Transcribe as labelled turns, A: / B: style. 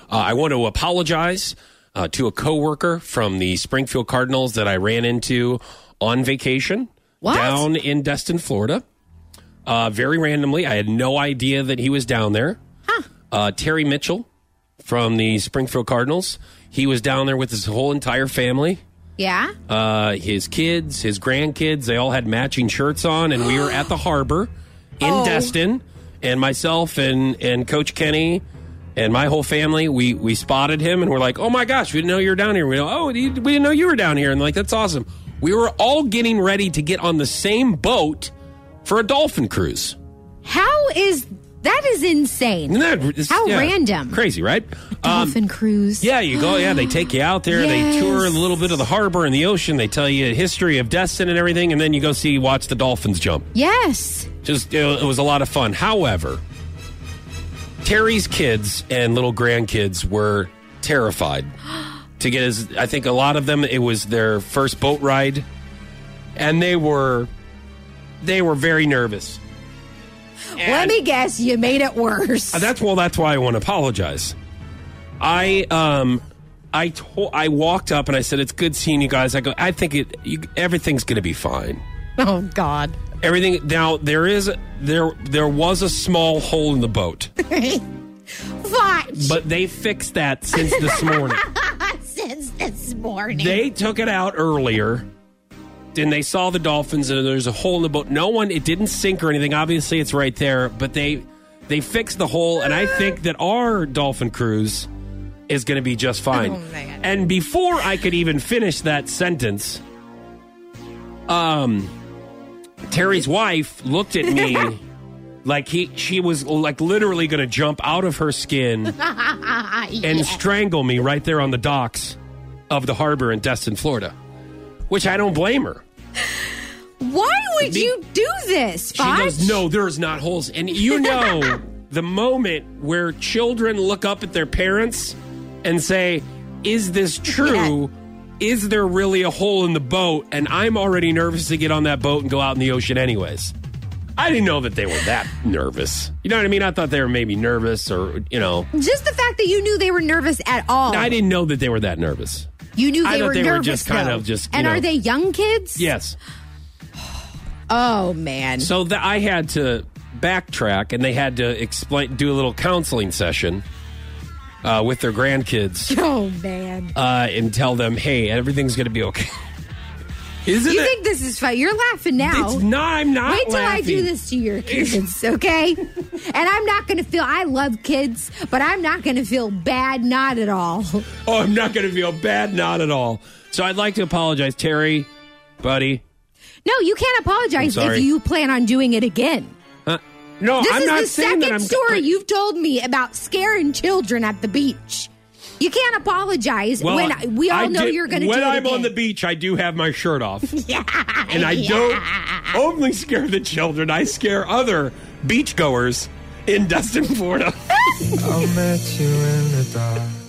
A: Uh, I want to apologize uh, to a coworker from the Springfield Cardinals that I ran into on vacation
B: What?
A: down in Destin, Florida. Uh, very randomly, I had no idea that he was down there. Uh, Terry Mitchell from the Springfield Cardinals. He was down there with his whole entire family.
B: Yeah.
A: Uh, his kids, his grandkids, they all had matching shirts on, and we were at the harbor in
B: Oh.
A: Destin. And myself and and Coach Kenny and my whole family, we we spotted him and we're like, "Oh my gosh, we didn't know you were down here." We go, "Oh, you- we didn't know you were down here," and like that's awesome. We were all getting ready to get on the same boat for a dolphin cruise.
B: How is that? Is insane.
A: Isn't that it's-
B: How random.
A: crazy, right? Um,
B: Dolphin cruise.
A: Yeah, you go. Yeah, they take you out there. They tour a
B: Yes.
A: little bit of the harbor and the ocean. They tell you history of Destin and everything, and then you go see watch the dolphins jump.
B: Yes.
A: Just it, it was a lot of fun. However, Terry's kids and little grandkids were terrified to get his. I think a lot of them it was their first boat ride, and they were they were very nervous.
B: Let
A: And-
B: me guess. You made it worse.
A: uh, That's well. That's why I want to apologize. I um, I told I walked up and I said, "It's good seeing you guys." I go, "I think it. You, everything's going to be fine.
B: oh God.
A: Everything." Now there is there there was a small hole in the boat,
B: Watch.
A: but they fixed that since this morning.
B: Since this morning.
A: they took it out earlier. Then they saw the dolphins and there's a hole in the boat. No one, it didn't sink or anything. Obviously, it's right there, but they they fixed the hole, and I think that our dolphin cruise is going to be just fine.
B: Oh, man.
A: And before I could even finish that sentence, um, Terry's wife looked at me like he she was like literally going to jump out of her skin and strangle me right there on the docks of the harbor in Destin, Florida, which I don't blame her.
B: Why would
A: Be-
B: you do this?
A: She goes, No, there's not holes. And you know, the moment where children look up at their parents and say, Is this true? Is there really a hole in the boat? And I'm already nervous to get on that boat and go out in the ocean, anyways. I didn't know that they were that nervous. You know what I mean? I thought they were maybe nervous or, you know,
B: Just the fact that you knew they were nervous at all.
A: I didn't know that they were that nervous.
B: you knew they
A: I thought
B: were
A: they were
B: nervous.
A: just kind
B: though.
A: of just, you
B: And
A: know.
B: are they young kids?
A: Yes.
B: Oh man.
A: So that I had to backtrack, and they had to explain, do a little counseling session uh, with their grandkids,
B: oh man.
A: uh, and tell them, "Hey, everything's going to be okay." Isn't
B: You
A: it?
B: think this is fun? You're laughing now.
A: it's not. I'm not.
B: Wait till I do
A: laughing.
B: this to your kids, okay? and I'm not going to feel, I love kids, but I'm not going to feel bad, not at all.
A: Oh, I'm not going to feel bad. Not at all. So I'd like to apologize, Terry, buddy.
B: No, you can't apologize
A: I'm sorry.
B: if you plan on doing it again.
A: Huh? No,
B: This
A: I'm
B: is
A: not
B: the
A: saying
B: second
A: that I'm.
B: story you've told me about scaring children at the beach. You can't apologize
A: Well,
B: when
A: I-
B: we all
A: I
B: know
A: did-
B: you're going to do
A: When
B: it
A: I'm on
B: again.
A: the beach, I do have my shirt off.
B: Yeah,
A: and I
B: yeah.
A: don't only scare the children, I scare other beachgoers in Destin, Florida.
C: I met you in the dark.